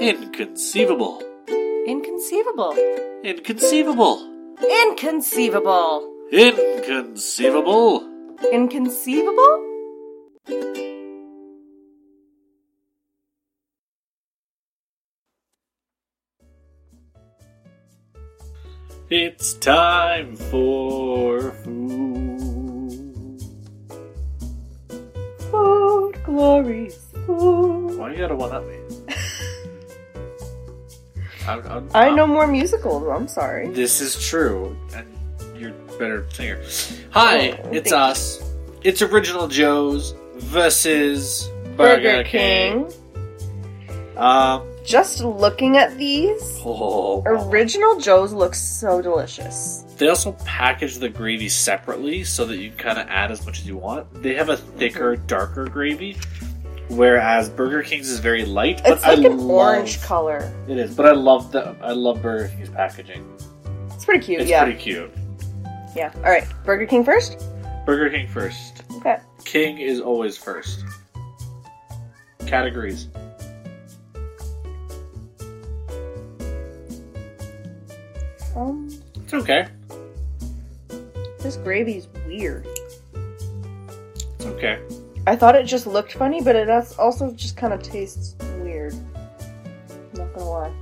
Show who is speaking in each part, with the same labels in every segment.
Speaker 1: Inconceivable.
Speaker 2: Inconceivable.
Speaker 1: Inconceivable.
Speaker 2: Inconceivable.
Speaker 1: Inconceivable.
Speaker 2: Inconceivable?
Speaker 1: It's time for food.
Speaker 2: Food glories. Food.
Speaker 1: Why you gotta one up me? I'm, I'm,
Speaker 2: I know more musicals. I'm sorry.
Speaker 1: This is true, and you're a better singer. Hi,
Speaker 2: Oh, thank
Speaker 1: it's
Speaker 2: you.
Speaker 1: us. It's Original Joe's versus Burger, King. Um,
Speaker 2: Just looking at these,
Speaker 1: oh,
Speaker 2: original Joe's looks so delicious.
Speaker 1: they also package the gravy separately so that you kind of add as much as you want. They have a thicker,
Speaker 2: Mhm.
Speaker 1: darker gravy, whereas Burger King's is very light. But
Speaker 2: It's like
Speaker 1: I
Speaker 2: an
Speaker 1: love,
Speaker 2: orange color.
Speaker 1: It is, but I love the I love Burger King's packaging.
Speaker 2: It's pretty cute.
Speaker 1: It's
Speaker 2: yeah.
Speaker 1: pretty cute.
Speaker 2: Yeah. All right. Burger King first.
Speaker 1: Burger King first.
Speaker 2: Okay.
Speaker 1: King is always first. Categories.
Speaker 2: Um,
Speaker 1: It's okay.
Speaker 2: this gravy's weird.
Speaker 1: It's okay.
Speaker 2: I thought it just looked funny, but it als- also just kind of tastes weird. Not gonna lie.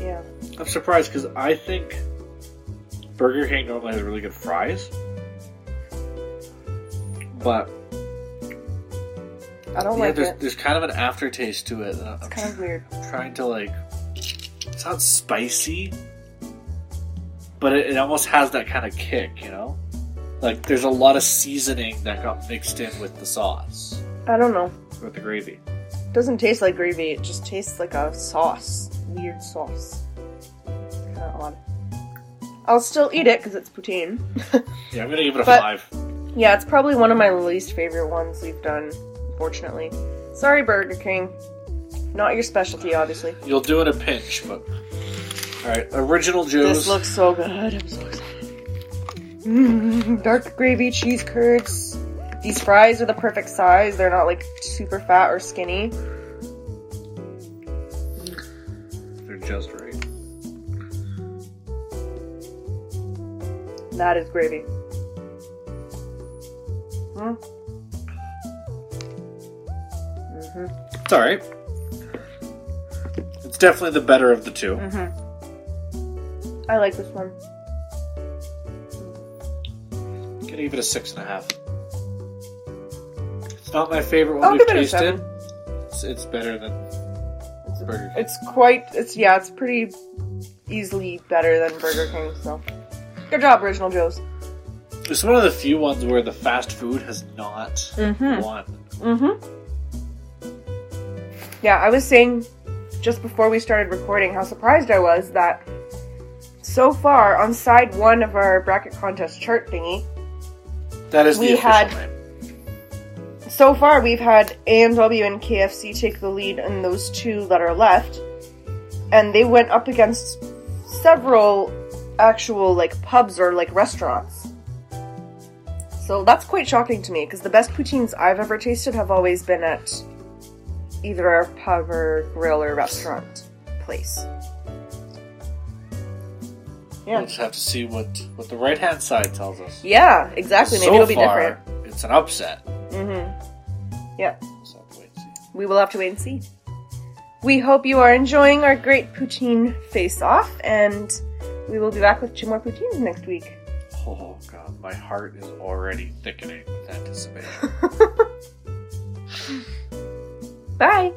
Speaker 2: Yeah.
Speaker 1: I'm surprised because I think Burger King normally has really good fries, but
Speaker 2: I don't
Speaker 1: yeah,
Speaker 2: Oh, like
Speaker 1: there's,
Speaker 2: it.
Speaker 1: there's kind of an aftertaste to it. that I'm
Speaker 2: It's kind of weird.
Speaker 1: trying to like. It's not spicy, but it, it almost has that kind of kick, you know. Like there's a lot of seasoning that got mixed in with the sauce,
Speaker 2: I don't know.
Speaker 1: with the gravy.
Speaker 2: doesn't taste like gravy. It just tastes like a sauce. Weird sauce. Kind of odd. I'll still eat it because it's poutine.
Speaker 1: Yeah, I'm gonna give it a
Speaker 2: But-
Speaker 1: five.
Speaker 2: Yeah, it's probably one of my least favorite ones we've done, unfortunately. Sorry, Burger King. Not your specialty, obviously.
Speaker 1: You'll do it a pinch, but all right. Original Joe's.
Speaker 2: This looks so good. I'm so excited. Mm, dark gravy, cheese curds. These fries are the perfect size. They're not like super fat or skinny.
Speaker 1: They're just right.
Speaker 2: That is gravy. Mm. hmm
Speaker 1: It's all right. It's definitely the better of the two.
Speaker 2: Mm-hmm. I like this one.
Speaker 1: Gonna give it a six and a half. It's not my favorite one
Speaker 2: I'll
Speaker 1: we've
Speaker 2: give it a
Speaker 1: tasted.
Speaker 2: seven.
Speaker 1: It's, it's better than
Speaker 2: It's,
Speaker 1: Burger King.
Speaker 2: it's quite. It's yeah. It's pretty easily better than Burger King. So, good job, Original Joe's.
Speaker 1: It's one of the few ones where the fast food has not
Speaker 2: Mhm.
Speaker 1: won.
Speaker 2: Mm-hmm. Yeah, I was saying just before we started recording how surprised I was that so far on side one of our bracket contest chart thingy,
Speaker 1: That is
Speaker 2: We
Speaker 1: the official
Speaker 2: had-
Speaker 1: name.
Speaker 2: So far, we've had AMW and KFC take the lead in those two that are left, and they went up against several actual like pubs or like restaurants. So that's quite shocking to me because the best poutines I've ever tasted have always been at either a pub or grill or restaurant place.
Speaker 1: We'll
Speaker 2: Yeah,
Speaker 1: just have to see what, what the right hand side tells us.
Speaker 2: yeah, exactly. Maybe
Speaker 1: so
Speaker 2: it'll be
Speaker 1: far, it's an upset.
Speaker 2: different. hmm Yeah.
Speaker 1: So wait, see.
Speaker 2: We will have to wait and see. We hope you are enjoying our great poutine face off, and we will be back with two more poutines next week.
Speaker 1: Oh god, my heart is already thickening with anticipation.
Speaker 2: Bye!